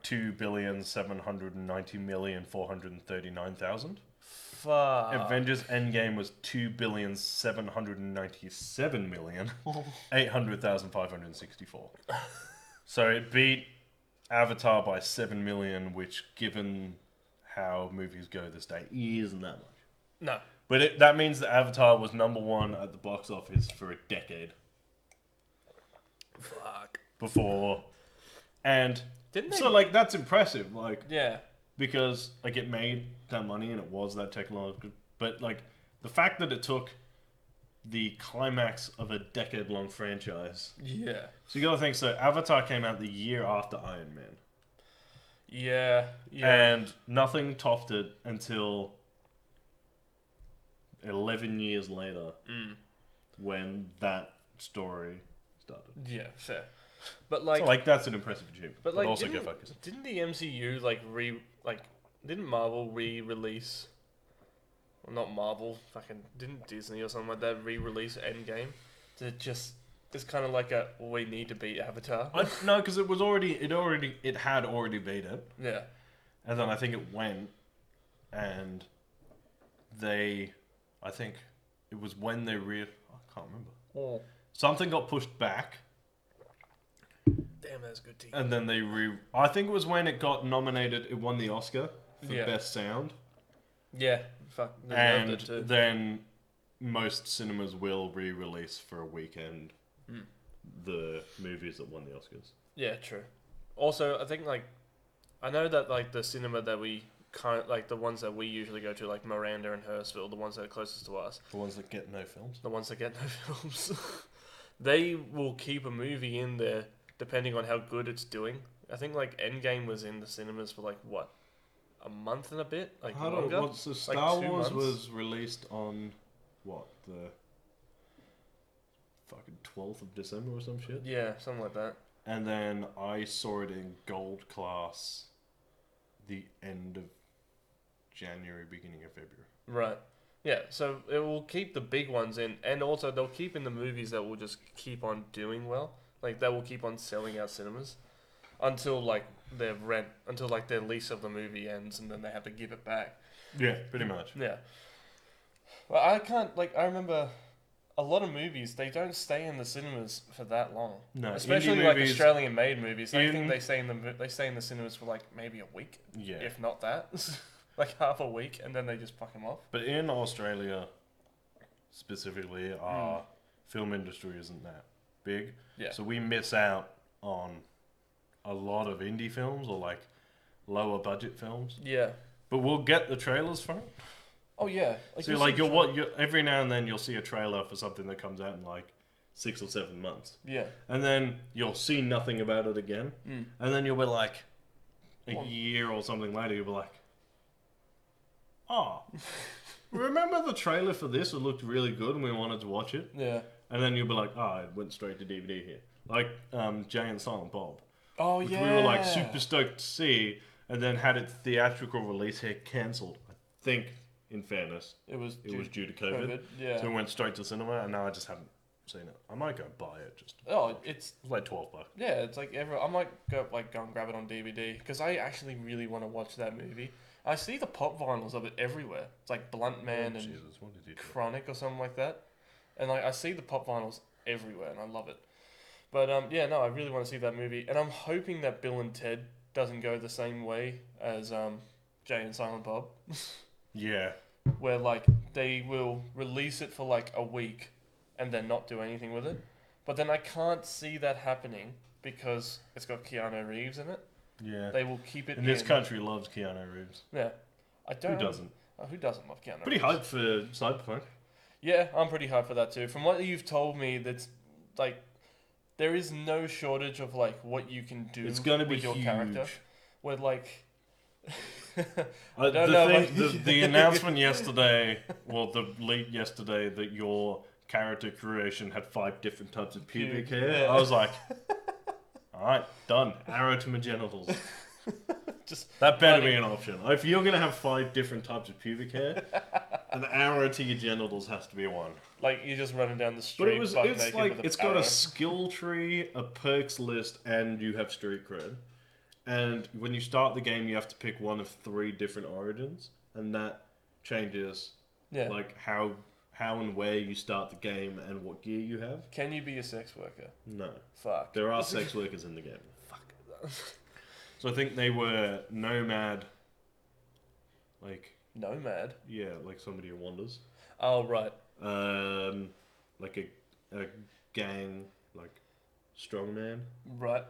Speaker 1: two billion seven hundred and ninety million four hundred and thirty nine thousand. Uh.
Speaker 3: Fuck.
Speaker 1: Avengers Endgame was two billion seven hundred and ninety seven million eight hundred thousand five hundred sixty four. so it beat Avatar by seven million, which, given how movies go this day, isn't that much.
Speaker 3: No,
Speaker 1: But it, that means that Avatar was number one at the box office for a decade
Speaker 3: fuck.
Speaker 1: before, and
Speaker 3: Didn't they?
Speaker 1: so like that's impressive, like
Speaker 3: yeah.
Speaker 1: because like it made that money and it was that technological. But like the fact that it took the climax of a decade-long franchise.
Speaker 3: Yeah.
Speaker 1: So you got to think. So Avatar came out the year after Iron Man,
Speaker 3: Yeah. Yeah.
Speaker 1: and nothing topped it until eleven years later,
Speaker 3: Mm.
Speaker 1: when that story started.
Speaker 3: yeah. Fair. But like,
Speaker 1: so like that's an impressive achievement.
Speaker 3: but like,
Speaker 1: also
Speaker 3: didn't,
Speaker 1: get focused.
Speaker 3: didn't the MCU like re like didn't Marvel re-release? Well, not Marvel. Fucking didn't Disney or something like that re-release Endgame? To just it's kind of like a we need to beat Avatar.
Speaker 1: I, no, because it was already it already it had already beat it.
Speaker 3: yeah.
Speaker 1: and then I think it went, and they, I think it was when they re, I can't remember.
Speaker 3: Oh,
Speaker 1: Something got pushed back,
Speaker 3: damn, that's good tea.
Speaker 1: and then they re. I think it was when it got nominated. It won the Oscar for
Speaker 3: Yeah.
Speaker 1: best sound,
Speaker 3: Yeah, fuck, they loved
Speaker 1: and
Speaker 3: it too.
Speaker 1: then most cinemas will re-release for a weekend
Speaker 3: Hmm.
Speaker 1: the movies that won the Oscars.
Speaker 3: Yeah, true. Also, I think like I know that like the cinema that we kind like the ones that we usually go to, like Miranda and Hurstville, the ones that are closest to us,
Speaker 1: The ones that get no films.
Speaker 3: the ones that get no films, they will keep a movie in there depending on how good it's doing. I think like Endgame was in the cinemas for like what a month and a bit, like
Speaker 1: How do,
Speaker 3: longer.
Speaker 1: what's the
Speaker 3: Like
Speaker 1: Star
Speaker 3: two
Speaker 1: Wars
Speaker 3: months?
Speaker 1: was released on what the fucking twelfth of December or some shit,
Speaker 3: Yeah, something like that.
Speaker 1: and then I saw it in gold class, the end of January, beginning of February.
Speaker 3: Right. Yeah, so it will keep the big ones in, and also they'll keep in the movies that will just keep on doing well. Like they will keep on selling out cinemas until like their rent, until like their lease of the movie ends, and then they have to give it back.
Speaker 1: Yeah, pretty much.
Speaker 3: Yeah. Well, I can't like I remember a lot of movies they don't stay in the cinemas for that long.
Speaker 1: No,
Speaker 3: Especially
Speaker 1: indie
Speaker 3: like
Speaker 1: movies-
Speaker 3: Australian made movies, I
Speaker 1: In-
Speaker 3: think they stay in the mo- they stay in the cinemas for like maybe a week,
Speaker 1: Yeah,
Speaker 3: if not that, like half a week, and then they just fuck them off.
Speaker 1: but in Australia, specifically, our film industry isn't that big.
Speaker 3: Hmm. Yeah.
Speaker 1: So we miss out on a lot of indie films or like lower budget films.
Speaker 3: Yeah.
Speaker 1: But we'll get the trailers for it.
Speaker 3: Oh yeah.
Speaker 1: so like you'll what you every now and then you'll see a trailer for something that comes out in like six or seven months,
Speaker 3: Yeah.
Speaker 1: and then you'll see nothing about it again,
Speaker 3: Mm.
Speaker 1: and then you'll be like a
Speaker 3: Well-
Speaker 1: year or something later you'll be like, oh, remember the trailer for this? It looked really good, and we wanted to watch it,
Speaker 3: Yeah.
Speaker 1: and then you'll be like, oh, it went straight to DVD here, like um, Jay and Silent Bob
Speaker 3: Oh
Speaker 1: which
Speaker 3: yeah.
Speaker 1: we were like super stoked to see, and then had its theatrical release here cancelled. I think, in fairness,
Speaker 3: It was.
Speaker 1: it
Speaker 3: due
Speaker 1: was
Speaker 3: to
Speaker 1: due to COVID,
Speaker 3: Yeah.
Speaker 1: so it went straight to cinema, and now I just haven't seen it. I might go buy it. Just
Speaker 3: oh, it's
Speaker 1: it's like twelve bucks.
Speaker 3: yeah. It's like every. I might go like go and grab it on DVD because I actually really want to watch that movie. I see the pop vinyls of it everywhere. It's like Blunt Man
Speaker 1: oh,
Speaker 3: and
Speaker 1: Jesus, what did you do?
Speaker 3: Chronic or something like that, and like I see the pop vinyls everywhere and I love it. But um, yeah, no, I really want to see that movie, and I'm hoping that Bill and Ted doesn't go the same way as um, Jay and Silent Bob.
Speaker 1: Yeah,
Speaker 3: where like they will release it for like a week and then not do anything with it. But then I can't see that happening because it's got Keanu Reeves in it.
Speaker 1: yeah.
Speaker 3: They will keep it
Speaker 1: and this
Speaker 3: in.
Speaker 1: country loves Keanu Reeves.
Speaker 3: Yeah. I
Speaker 1: Who
Speaker 3: don't
Speaker 1: doesn't?
Speaker 3: Oh, who doesn't love Keanu
Speaker 1: Pretty
Speaker 3: Reeves?
Speaker 1: hyped for Cyberpunk.
Speaker 3: Yeah, I'm pretty hyped for that too. From what you've told me, that's like there is no shortage of like what you can do
Speaker 1: It's gonna be
Speaker 3: with your
Speaker 1: huge.
Speaker 3: character. Where like
Speaker 1: Uh,
Speaker 3: don't
Speaker 1: the,
Speaker 3: know
Speaker 1: thing-
Speaker 3: about-
Speaker 1: the, the announcement yesterday, well, the leak yesterday that your character creation had five different types of pubic
Speaker 3: Pubic,
Speaker 1: hair,
Speaker 3: yeah.
Speaker 1: I was like, all right, done. Arrow to my genitals.
Speaker 3: Just
Speaker 1: That better be an option. If you're going to have five different types of pubic hair, an arrow to your genitals has to be one.
Speaker 3: like you're just running down the street.
Speaker 1: But it was,
Speaker 3: buck
Speaker 1: it's
Speaker 3: naked
Speaker 1: like,
Speaker 3: with
Speaker 1: it's got
Speaker 3: arrow.
Speaker 1: a skill tree, a perks list, and you have street cred. And when you start the game, you have to pick one of three different origins, and that changes
Speaker 3: yeah.
Speaker 1: like how how and where you start the game and what gear you have.
Speaker 3: Can you be a sex worker?
Speaker 1: No,
Speaker 3: Fuck.
Speaker 1: there are sex workers in the game. Fuck. so I think they were nomad, like
Speaker 3: Nomad.
Speaker 1: yeah, like somebody who wanders,
Speaker 3: Oh right.
Speaker 1: um, like a a gang like strongman
Speaker 3: Right.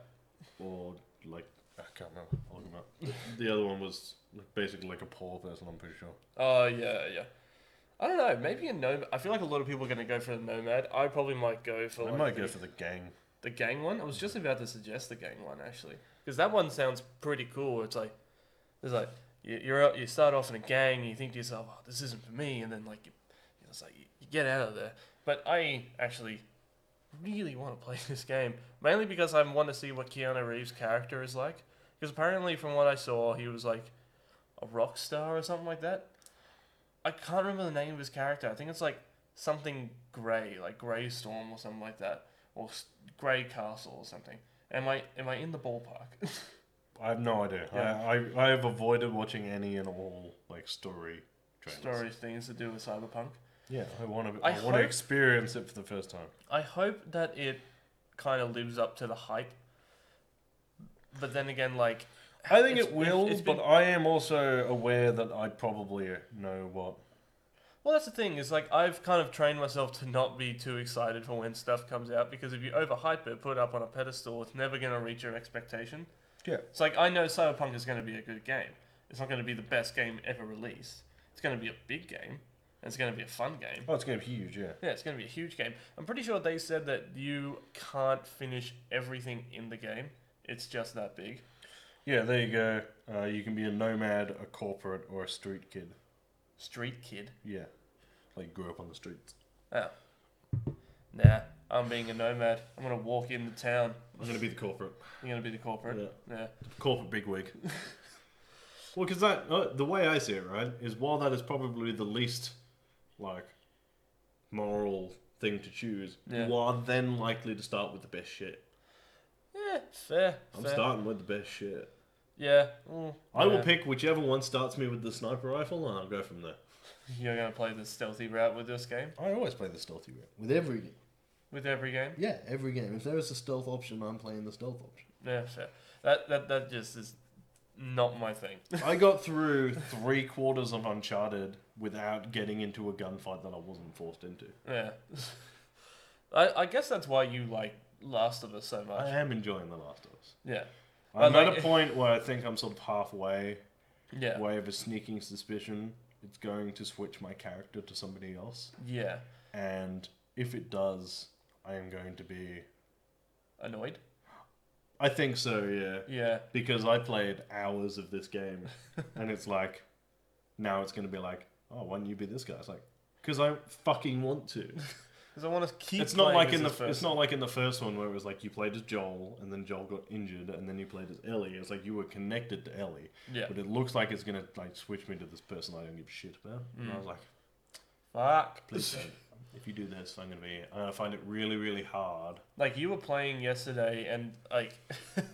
Speaker 1: or like
Speaker 2: I can't remember.
Speaker 1: I'll look 'em up. the other one was like basically like a poor person. I'm pretty sure.
Speaker 3: Oh yeah, yeah. I don't know. Maybe a nomad. I feel like a lot of people are going to go for the nomad. I probably might go for.
Speaker 1: I
Speaker 3: like,
Speaker 1: might
Speaker 3: the,
Speaker 1: go for the gang.
Speaker 3: the gang one. I was just about to suggest the gang one actually, because that one sounds pretty cool. Where it's like, it's like you, you're out- you start off in a gang and you think to yourself, oh, this isn't for me, and then like you, you know, it's like you, you get out of there. But I actually really want to play this game mainly because I want to see what Keanu Reeves' character is like. Because apparently, from what I saw, he was like a rock star or something like that. I can't remember the name of his character. I think it's like something Grey, like Grey Storm or something like that, or S- Grey Castle or something. Am I am I in the ballpark?
Speaker 1: I have no idea.
Speaker 3: Yeah.
Speaker 1: I, I I have avoided watching any and all like story trailers.
Speaker 3: Stories, things to do with Cyberpunk.
Speaker 1: Yeah, I want to.
Speaker 3: I
Speaker 1: I, want to
Speaker 3: hope-
Speaker 1: experience it for the first time.
Speaker 3: I hope that it kind of lives up to the hype. But then again, like
Speaker 1: I think
Speaker 3: it's-
Speaker 1: it will,
Speaker 3: it's
Speaker 1: but
Speaker 3: been-
Speaker 1: I am also aware that I probably know what.
Speaker 3: Well, that's the thing is like I've kind of trained myself to not be too excited for when stuff comes out because if you overhype it, put it up on a pedestal, it's never going to reach your expectation.
Speaker 1: Yeah.
Speaker 3: It's like I know Cyberpunk is going to be a good game. It's not going to be the best game ever released. It's going to be a big game, and it's going to be a fun game.
Speaker 1: Oh, it's gonna be huge. Yeah.
Speaker 3: Yeah, it's going to be a huge game. I'm pretty sure they said that you can't finish everything in the game. It's just that big.
Speaker 1: Yeah. There you go. Uh, you can be a nomad, a corporate, or a street kid.
Speaker 3: Street kid.
Speaker 1: Yeah. Like grew up on the streets.
Speaker 3: Oh. Nah, I'm being a nomad. I'm going to walk into town.
Speaker 1: I'm gonna be the corporate.
Speaker 3: You're going to be the corporate.
Speaker 1: Yeah.
Speaker 3: Yeah.
Speaker 1: corporate bigwig. well, because that uh, the way I see it, right, is while that is probably the least like moral thing to choose,
Speaker 3: Yeah.
Speaker 1: you are then likely to start with the best shit.
Speaker 3: Yeah, fair.
Speaker 1: I'm
Speaker 3: fair.
Speaker 1: starting with the best shit.
Speaker 3: Yeah. mm,
Speaker 1: I will
Speaker 3: yeah.
Speaker 1: pick whichever one starts me with the sniper rifle, and I'll go from there.
Speaker 3: You're going to play the stealthy route with this game?
Speaker 1: I always play the stealthy route with every game.
Speaker 3: With every game?
Speaker 1: Yeah, every game. If there is a stealth option, I'm playing the stealth option.
Speaker 3: Yeah, fair. That, that, that just is not my thing.
Speaker 1: I got through three quarters of Uncharted without getting into a gunfight that I wasn't forced into.
Speaker 3: Yeah. I, I guess that's why you like Last of Us so
Speaker 1: I
Speaker 3: much.
Speaker 1: am enjoying The Last of Us.
Speaker 3: Yeah.
Speaker 1: I'm
Speaker 3: But,
Speaker 1: at
Speaker 3: like-
Speaker 1: a point where I think I'm sort of halfway,
Speaker 3: Yeah.
Speaker 1: where I have a sneaking suspicion it's going to switch my character to somebody else.
Speaker 3: Yeah.
Speaker 1: And if it does, I am going to be.
Speaker 3: Annoyed?
Speaker 1: I think so, yeah.
Speaker 3: Yeah.
Speaker 1: Because I played hours of this game, and it's like, now it's going to be like, oh, why don't you be this guy? It's like, because I fucking want to.
Speaker 3: Because I want to keep
Speaker 1: it's not
Speaker 3: playing
Speaker 1: like
Speaker 3: as
Speaker 1: in the
Speaker 3: this
Speaker 1: it's
Speaker 3: person.
Speaker 1: not like in the first one where it was like you played as Joel and then Joel got injured and then you played as Ellie. It's like you were connected to Ellie.
Speaker 3: Yeah.
Speaker 1: But it looks like it's gonna like switch me to this person I don't give a shit about. And I
Speaker 3: Mm.
Speaker 1: was like,
Speaker 3: Fuck.
Speaker 1: please don't. If you do this, I'm gonna be. I'm gonna find it really, really hard.
Speaker 3: Like you were playing yesterday, and like,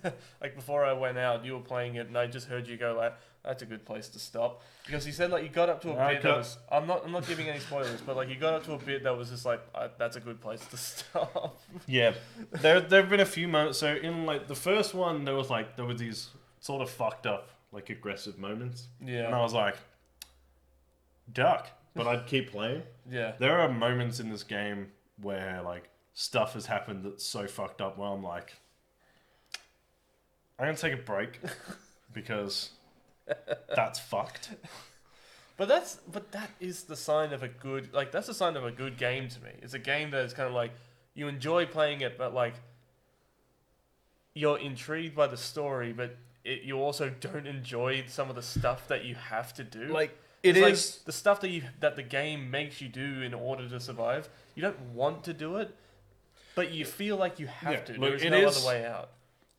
Speaker 3: like before I went out, you were playing it, and I just heard you go like, "That's a good place to stop," because you said like you got up to a
Speaker 1: I
Speaker 3: bit that
Speaker 1: got-
Speaker 3: was. I'm not. I'm not giving any spoilers, but like you got up to a bit that was just like, I, "That's a good place to stop."
Speaker 1: Yeah. there, there have been a few moments. So in like the first one, there was like there were these sort of fucked up, like aggressive moments, and I
Speaker 3: yeah.
Speaker 1: was like, duck. But I'd keep playing.
Speaker 3: Yeah.
Speaker 1: There are moments in this game where like stuff has happened that's so fucked up where I'm like, I'm gonna take a break because that's fucked.
Speaker 3: But that's but that is the sign of a good like that's the sign of a good game to me. It's a game that is kind of like you enjoy playing it, but like you're intrigued by the story, but it, you also don't enjoy some of the stuff that you have to do.
Speaker 1: it's
Speaker 3: it's like the stuff that you that the game makes you do in order to survive. You don't want to do it, but you feel like you have
Speaker 1: Yeah,
Speaker 3: to.
Speaker 1: look,
Speaker 3: there is
Speaker 1: it
Speaker 3: no
Speaker 1: is-
Speaker 3: other way out.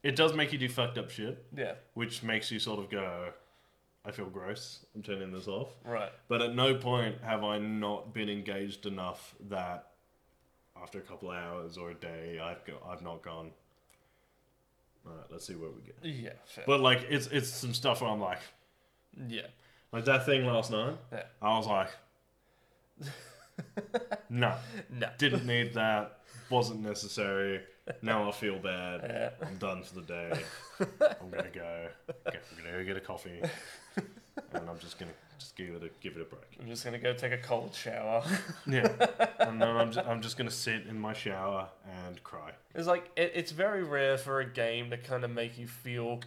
Speaker 1: it does make you do fucked up shit,
Speaker 3: Yeah,
Speaker 1: which makes you sort of go, I feel gross. I'm turning this off.
Speaker 3: right.
Speaker 1: But at no point have I not been engaged enough that after a couple of hours or a day, I've go- I've not gone. All right, let's see where we get.
Speaker 3: Yeah, fair.
Speaker 1: But like, it's it's some stuff where I'm like,
Speaker 3: yeah,
Speaker 1: Like that thing last night,
Speaker 3: yeah.
Speaker 1: I was like, no,
Speaker 3: No.
Speaker 1: didn't need that, wasn't necessary. Now I feel bad.
Speaker 3: Yeah.
Speaker 1: I'm done for the day. I'm gonna go. get- I'm gonna go get a coffee, and I'm just gonna just give it a give it a break.
Speaker 3: I'm just gonna go take a cold shower.
Speaker 1: Yeah, and then I'm just, I'm just gonna sit in my shower and cry.
Speaker 3: It's like it, it's very rare for a game to kind of make you feel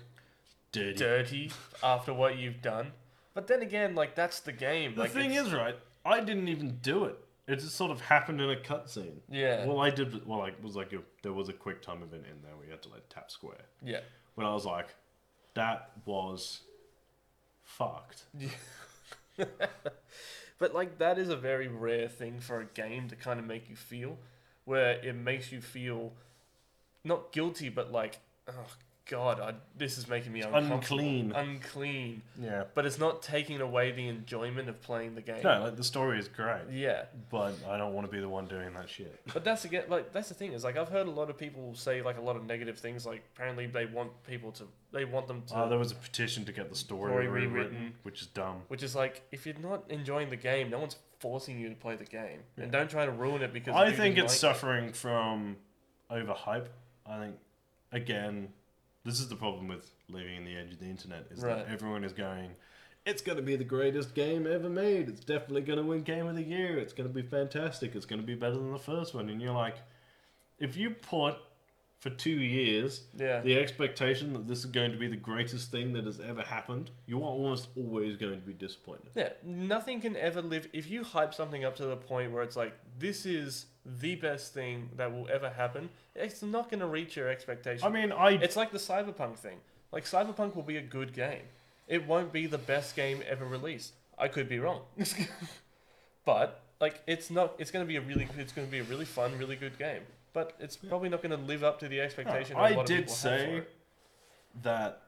Speaker 1: Dirty.
Speaker 3: dirty after what you've done. But then again, like that's the game.
Speaker 1: The
Speaker 3: like
Speaker 1: thing
Speaker 3: it's-
Speaker 1: is, right? I didn't even do it. It just sort of happened in a cutscene.
Speaker 3: yeah,
Speaker 1: Well, I did. was- Well, like was like a, there was a quick time event in there where you had to like tap square.
Speaker 3: yeah,
Speaker 1: When I was like, that was fucked.
Speaker 3: but like that is a very rare thing for a game to kind of make you feel, where it makes you feel not guilty, but like, oh God, I, this is making me uncomfortable.
Speaker 1: unclean.
Speaker 3: Unclean.
Speaker 1: Yeah.
Speaker 3: But it's not taking away the enjoyment of playing the game.
Speaker 1: No, like the story is great,
Speaker 3: Yeah.
Speaker 1: but I don't want to be the one doing that shit.
Speaker 3: But that's again, like that's the thing is like I've heard a lot of people say like a lot of negative things. Like apparently they want people to they want them to,
Speaker 1: Uh, there was a petition to get the story
Speaker 3: Story
Speaker 1: rewritten,
Speaker 3: rewritten.
Speaker 1: which is dumb.
Speaker 3: which is like if you're not enjoying the game, no one's forcing you to play the game, and don't try to ruin it because
Speaker 1: I
Speaker 3: you
Speaker 1: think
Speaker 3: didn't
Speaker 1: it's
Speaker 3: like
Speaker 1: suffering from overhype. I think again, this is the problem with living in the age of the internet is
Speaker 3: Right.
Speaker 1: that everyone is going. It's going to be the greatest game ever made. It's definitely going to win Game of the Year. It's going to be fantastic. It's going to be better than the first one. And you're like, if you put for two years
Speaker 3: it. yeah.
Speaker 1: the expectation that this is going to be the greatest thing that has ever happened, you are almost always going to be disappointed.
Speaker 3: Yeah, nothing can ever live. If you hype something up to the point where it's like, this is the best thing that will ever happen, it's not going to reach your expectation.
Speaker 1: I mean, I
Speaker 3: it's like the Cyberpunk thing. Like, Cyberpunk will be a good game, it won't be the best game ever released. I could be wrong. but, like, it's not, it's going to be a really, it's going to be a really fun, really good game. But it's probably not going to live up to the expectation. that a
Speaker 1: I
Speaker 3: lot of
Speaker 1: did
Speaker 3: people have
Speaker 1: say
Speaker 3: for it.
Speaker 1: that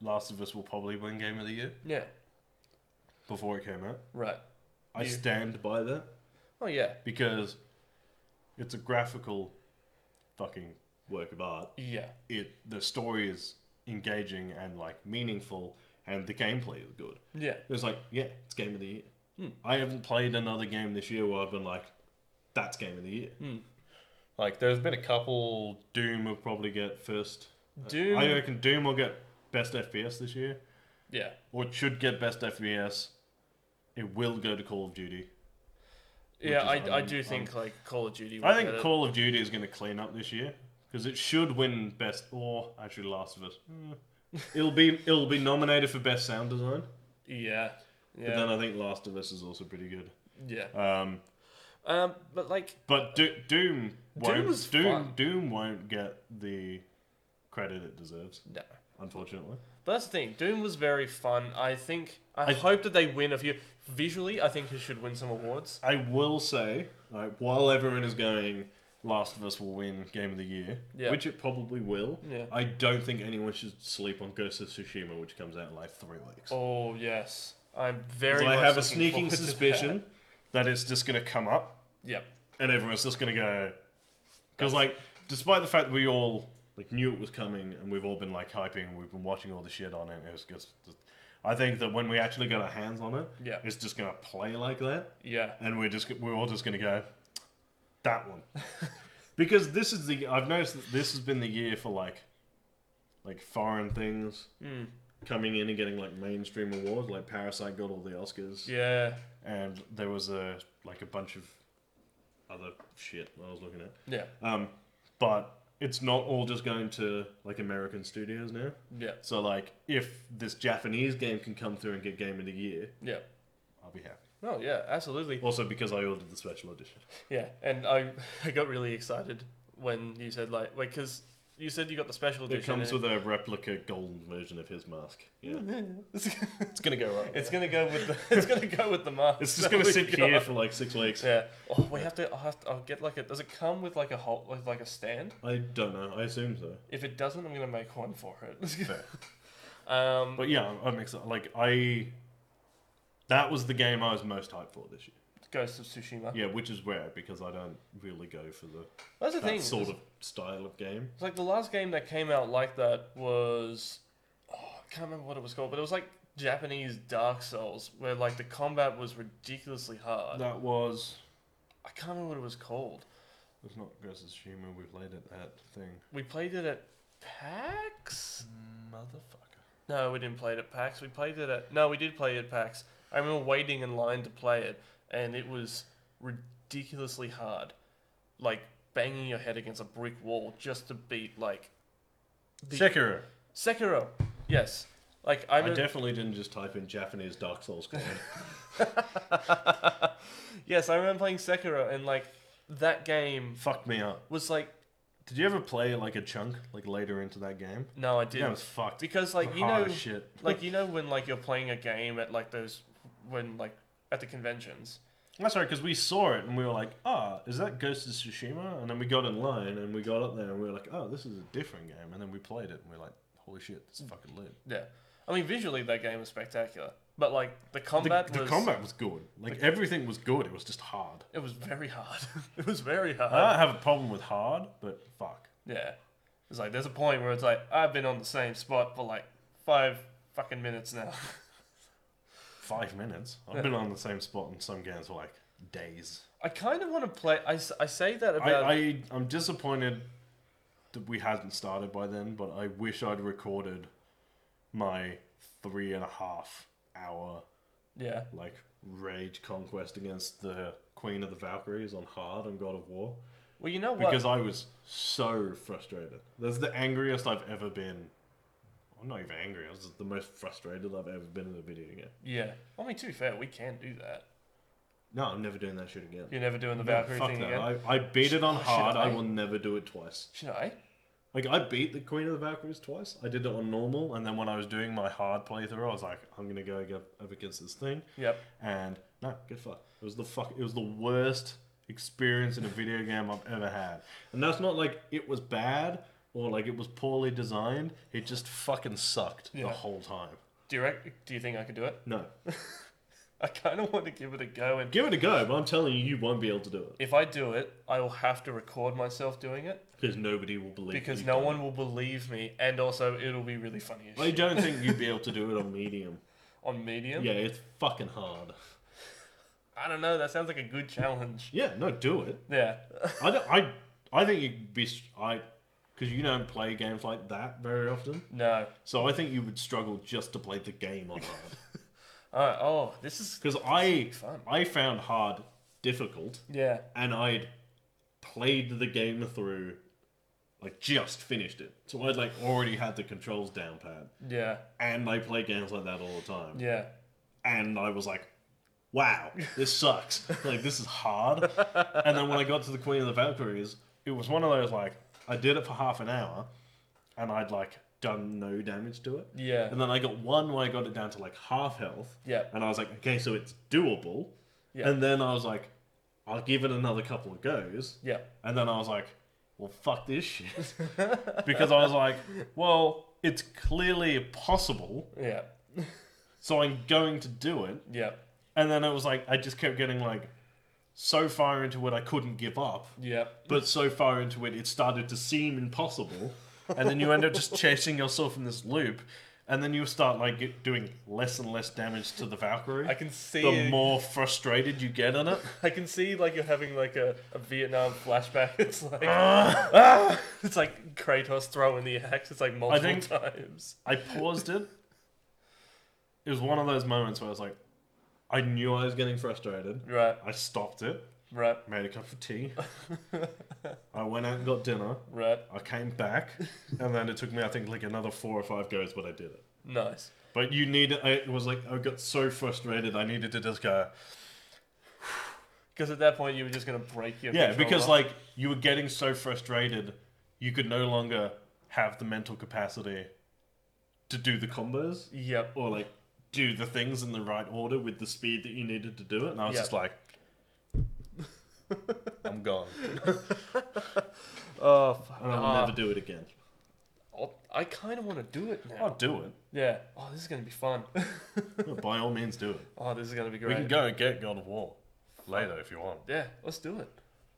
Speaker 1: Last of Us will probably win Game of the Year
Speaker 3: yeah,
Speaker 1: before it came out.
Speaker 3: right.
Speaker 1: I
Speaker 3: You-
Speaker 1: stand by that
Speaker 3: Oh yeah,
Speaker 1: because it's a graphical fucking work of art.
Speaker 3: yeah,
Speaker 1: It the story is engaging and like meaningful and the gameplay is good.
Speaker 3: yeah.
Speaker 1: It was like, yeah, it's game of the year.
Speaker 3: Hmm.
Speaker 1: I haven't played another game this year where I've been like, that's game of the year.
Speaker 3: Hmm.
Speaker 1: Like, there's been a couple. Doom will probably get first.
Speaker 3: Doom,
Speaker 1: I reckon Doom will get best FPS this year,
Speaker 3: yeah.
Speaker 1: or it should get best FPS. It will go to Call of Duty. which
Speaker 3: Yeah,
Speaker 1: is Um,
Speaker 3: I, I
Speaker 1: un-
Speaker 3: do
Speaker 1: un-
Speaker 3: think like Call of Duty.
Speaker 1: I
Speaker 3: will
Speaker 1: think
Speaker 3: get it.
Speaker 1: Call of Duty is going to clean up this year because it should win best, or actually Last of Us. Hmm. it'll be it'll be nominated for best sound design,
Speaker 3: Yeah,
Speaker 1: but then
Speaker 3: yeah,
Speaker 1: I think Last of Us is also pretty good.
Speaker 3: yeah.
Speaker 1: Um,
Speaker 3: Um, but like,
Speaker 1: But Do- Doom won't. Doom,
Speaker 3: was
Speaker 1: Doom,
Speaker 3: fun.
Speaker 1: won't get the credit it deserves,
Speaker 3: no.
Speaker 1: unfortunately.
Speaker 3: But that's the thing. Doom was very fun. I think. I,
Speaker 1: I-
Speaker 3: hope that they win a few. Visually, I think he should win some awards.
Speaker 1: I will say, like, while everyone is going, Last of Us will win Game of the Year,
Speaker 3: Yeah.
Speaker 1: which it probably will.
Speaker 3: Yeah.
Speaker 1: I don't think anyone should sleep on Ghost of Tsushima, which comes out in like three weeks.
Speaker 3: Oh yes, I'm
Speaker 1: 'Cause
Speaker 3: very.
Speaker 1: I
Speaker 3: much
Speaker 1: have a
Speaker 3: looking
Speaker 1: sneaking
Speaker 3: forward to
Speaker 1: suspicion that it's just going to come up
Speaker 3: that. Yep.
Speaker 1: and everyone's just gonna go because like despite the fact that we all like knew it was coming and we've all been like hyping and we've been watching all the shit on it it was just, just i think that when we actually got our hands on it
Speaker 3: Yeah.
Speaker 1: it's just gonna play like that
Speaker 3: Yeah.
Speaker 1: and we're just we're all just gonna go that one because this is the i've noticed that this has been the year for like like foreign things
Speaker 3: Mm.
Speaker 1: coming in and getting like mainstream awards like parasite got all the oscars
Speaker 3: Yeah.
Speaker 1: and there was a like a bunch of other shit I was looking at.
Speaker 3: Yeah.
Speaker 1: Um, but it's not all just going to like American studios now.
Speaker 3: Yeah.
Speaker 1: So like, if this Japanese game can come through and get Game of the Year,
Speaker 3: Yeah.
Speaker 1: I'll be happy.
Speaker 3: Oh yeah, absolutely.
Speaker 1: Also because I ordered the special edition.
Speaker 3: Yeah, and I, I got really excited when you said like, wait, because you said you Hmm. got the special
Speaker 1: It
Speaker 3: edition. eh?
Speaker 1: comes
Speaker 3: and
Speaker 1: with a replica golden version of his mask. Yeah, it's gonna go right.
Speaker 3: It's gonna go with the. It's gonna go with the mask.
Speaker 1: It's just
Speaker 3: that
Speaker 1: gonna
Speaker 3: we
Speaker 1: sit
Speaker 3: got.
Speaker 1: here for like six weeks.
Speaker 3: Yeah. Oh, we have to. I have to. I'll get like a. Does it come with like a hole, with like a stand?
Speaker 1: I don't know. I assume so.
Speaker 3: If it doesn't, I'm gonna make one for it. um.
Speaker 1: But yeah, I'm excited. Like I, that was the game I was most hyped for this year.
Speaker 3: Ghost of Tsushima.
Speaker 1: Yeah, which is rare because I don't really go for the
Speaker 3: That's the
Speaker 1: that
Speaker 3: thing.
Speaker 1: sort
Speaker 3: is-
Speaker 1: of style of game.
Speaker 3: It's like the last game that came out like that was. Oh, I can't remember what it was called, but it was like Japanese Dark Souls, where like the combat was ridiculously hard.
Speaker 1: That was
Speaker 3: I can't remember what it was called.
Speaker 1: it's not Ghost of Tsushima. We played at that thing.
Speaker 3: We played it at PAX.
Speaker 1: Motherfucker.
Speaker 3: No, we didn't play it at PAX. We played it at no, we did play it at PAX. I remember waiting in line to play it, and it was ridiculously hard, like banging your head against a brick wall just to beat like The-
Speaker 1: Sekiro.
Speaker 3: Sekiro. Yes, like I,
Speaker 1: I
Speaker 3: remember
Speaker 1: definitely didn't just type in Japanese Dark Souls clone.
Speaker 3: yes, I remember playing Sekiro, and like that game
Speaker 1: Fucked me up.
Speaker 3: was like
Speaker 1: Did you ever play like a chunk like later into that game?
Speaker 3: no,
Speaker 1: Yeah,
Speaker 3: I
Speaker 1: it
Speaker 3: didn't
Speaker 1: was fucked.
Speaker 3: because like you
Speaker 1: Hard
Speaker 3: know
Speaker 1: as shit.
Speaker 3: like you know when like you're playing a game at like those when like at the conventions.
Speaker 1: That's right, because Oh, we saw it and we were like, ah, is that Ghost of Tsushima? And then we got in line and we got up there and we were like, oh, this is a different game. And then we played it and we are like, holy shit, it's fucking lit.
Speaker 3: Yeah. I mean, visually, that game was spectacular. But, like, the combat
Speaker 1: the, the
Speaker 3: was.
Speaker 1: combat was good. Like everything was good. It was just hard.
Speaker 3: It was very hard. it was very hard.
Speaker 1: I don't have a problem with hard, but fuck.
Speaker 3: Yeah. It's like, there's a point where it's like, I've been on the same spot for, like, five fucking minutes now.
Speaker 1: Five minutes. I've
Speaker 3: Yeah.
Speaker 1: been on the same spot in some games for like days.
Speaker 3: I kind of want to play. I, s- I say that
Speaker 1: I,
Speaker 3: about.
Speaker 1: I I'm disappointed that we hadn't started by then, but I wish I'd recorded my three and a half hour
Speaker 3: yeah.
Speaker 1: like rage conquest against the Queen of the Valkyries on hard on God of War
Speaker 3: Well, you know what?
Speaker 1: because I was so frustrated. That's the angriest I've ever been. I'm not even angry. I was the most frustrated I've ever been in a video game.
Speaker 3: yeah. I mean, to be fair, we can do that.
Speaker 1: No, I'm never doing that shit again.
Speaker 3: You're never doing the
Speaker 1: No,
Speaker 3: Valkyrie
Speaker 1: fuck
Speaker 3: thing
Speaker 1: that.
Speaker 3: again.
Speaker 1: I, I beat it on
Speaker 3: Should
Speaker 1: hard. I
Speaker 3: I?
Speaker 1: will never do it twice.
Speaker 3: Should I?
Speaker 1: Like I beat the Queen of the Valkyries twice. I did it on normal, and then when I was doing my hard playthrough, I was like, I'm gonna go go up against this thing,
Speaker 3: Yep.
Speaker 1: and no, good fuck. It was the fuck. It was the worst experience in a video game I've ever had, and that's not like it was bad or like it was poorly designed. It just fucking sucked
Speaker 3: Yeah.
Speaker 1: the whole time.
Speaker 3: Do you, rec- do you think I could do it?
Speaker 1: No,
Speaker 3: I kind of want to give it a go. And
Speaker 1: give it a go, but I'm telling you, you won't be able to do it
Speaker 3: if I do it, I will have to record myself doing it
Speaker 1: because nobody will believe.
Speaker 3: because
Speaker 1: you
Speaker 3: no
Speaker 1: done
Speaker 3: one will believe me. And also, it'll be really funny
Speaker 1: it.
Speaker 3: as
Speaker 1: I
Speaker 3: shit.
Speaker 1: don't think you'd be able to do it on medium.
Speaker 3: on Medium.
Speaker 1: Yeah, it's fucking hard.
Speaker 3: I don't know. That sounds like a good challenge.
Speaker 1: Yeah, no, do it.
Speaker 3: Yeah.
Speaker 1: I, don't- I, I think you'd be s- I, because you don't play games like that very often.
Speaker 3: no.
Speaker 1: So I think you would struggle just to play the game on hard.
Speaker 3: All right. Oh, this is.
Speaker 1: Because I,
Speaker 3: Fun.
Speaker 1: I found hard difficult,
Speaker 3: Yeah.
Speaker 1: and I'd played the game through, like just finished it. So I'd like already had the controls down pat,
Speaker 3: Yeah.
Speaker 1: and I play games like that all the time.
Speaker 3: Yeah.
Speaker 1: And I was like. Wow, this sucks. like this is hard. And then when I got to the Queen of the Valkyries, it was one of those like I did it for half an hour, and I'd like done no damage to it.
Speaker 3: Yeah.
Speaker 1: And then I got one where I got it down to like half health.
Speaker 3: Yep.
Speaker 1: And I was like, okay, so it's doable.
Speaker 3: Yeah.
Speaker 1: And then I was like, I'll give it another couple of goes.
Speaker 3: Yeah.
Speaker 1: And then I was like, well, fuck this shit. because I was like, well, it's clearly possible,
Speaker 3: Yeah.
Speaker 1: so I'm going to do it.
Speaker 3: Yeah.
Speaker 1: And then it was like, I just kept getting like so far into it, I couldn't give up.
Speaker 3: Yeah.
Speaker 1: But so far into it, it started to seem impossible. And then you end up just chasing yourself in this loop. And then you start like get- doing less and less damage to the Valkyrie.
Speaker 3: I can see.
Speaker 1: the more frustrated you get on it,
Speaker 3: I can see like you're having like a, a Vietnam flashback. It's like
Speaker 1: Ah!
Speaker 3: it's like Kratos throwing the axe. It's like multiple
Speaker 1: think-
Speaker 3: times.
Speaker 1: I paused it. It was one of those moments where I was like, I knew I was getting frustrated.
Speaker 3: Right,
Speaker 1: I stopped it,
Speaker 3: right,
Speaker 1: made a cup of tea. I went out and got dinner.
Speaker 3: right.
Speaker 1: I came back, and then it took me, I think, like another four or five goes, but I did it.
Speaker 3: Nice.
Speaker 1: But you need, I was like, I got so frustrated, I needed to just go.
Speaker 3: Because at that point you were just gonna break your
Speaker 1: Yeah, because
Speaker 3: controller.
Speaker 1: like you were getting so frustrated, you could no longer have the mental capacity to do the combos
Speaker 3: yep,
Speaker 1: or like do the things in the right order with the speed that you needed to do it. And I was
Speaker 3: Yeah.
Speaker 1: just like, I'm gone.
Speaker 3: oh, fuck.
Speaker 1: And I'll
Speaker 3: Ah,
Speaker 1: never do it again.
Speaker 3: I'll- I kind of want to do it now.
Speaker 1: I'll do it.
Speaker 3: Yeah. Oh, this is gonna be fun.
Speaker 1: By all means, do it.
Speaker 3: oh, this is gonna be
Speaker 1: We
Speaker 3: great.
Speaker 1: can go and get God of War later if you want.
Speaker 3: Yeah, let's do it.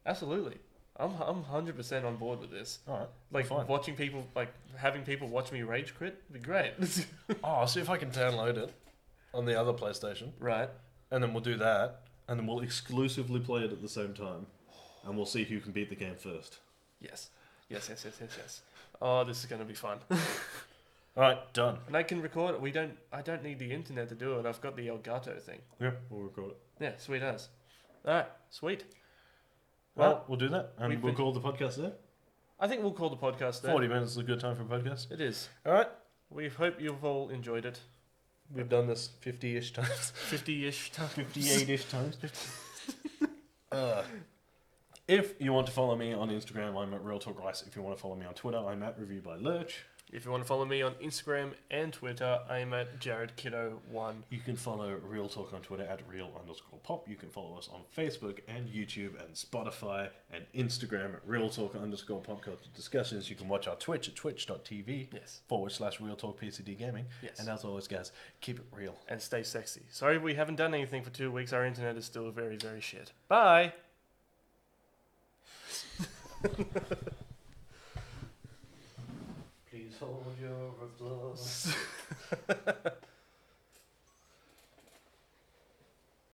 Speaker 3: Absolutely. I'm I'm hundred percent on board with this.
Speaker 1: All right.
Speaker 3: Like
Speaker 1: Fine.
Speaker 3: watching people, like having people watch me rage quit, would be great.
Speaker 1: Oh, I'll see if I can download it on the other PlayStation.
Speaker 3: right.
Speaker 1: and then we'll do that, and then we'll exclusively play it at the same time, and we'll see who can beat the game first.
Speaker 3: Yes. Yes, yes, yes, yes, yes. Oh, this is gonna be fun.
Speaker 1: All right, done.
Speaker 3: and I can record it. We don't I don't need the internet to do it. I've got the Elgato thing.
Speaker 1: Yeah, we'll record it.
Speaker 3: Yeah, sweet as. Alright, sweet.
Speaker 1: Well,
Speaker 3: Well,
Speaker 1: we'll do that, and
Speaker 3: we've
Speaker 1: we'll
Speaker 3: been-
Speaker 1: call the podcast there.
Speaker 3: I think we'll call the podcast there.
Speaker 1: Forty minutes is a good time for a podcast.
Speaker 3: It is.
Speaker 1: All right,
Speaker 3: We hope you've all enjoyed it.
Speaker 1: we've done this fifty-ish times,
Speaker 3: Fifty ish times.
Speaker 1: fifty-eight-ish times. uh, If you want to follow me on Instagram, I'm at Real Talk Rice. If you want to follow me on Twitter, I'm at Review by Lurch.
Speaker 3: If you want to follow me on Instagram and Twitter, I'm at JaredKiddo1.
Speaker 1: You can follow Real Talk on Twitter at real underscore pop. You can follow us on Facebook and YouTube and Spotify and Instagram at Real Talk underscore pop culture discussions. You can watch our Twitch at twitch.tv
Speaker 3: Yes.
Speaker 1: forward slash Real Talk PCD Gaming.
Speaker 3: Yes.
Speaker 1: And um, as always, guys, keep it real.
Speaker 3: And stay sexy. Sorry we haven't done anything for two weeks. Our internet is still very, very shit. Bye!
Speaker 1: Please hold your applause.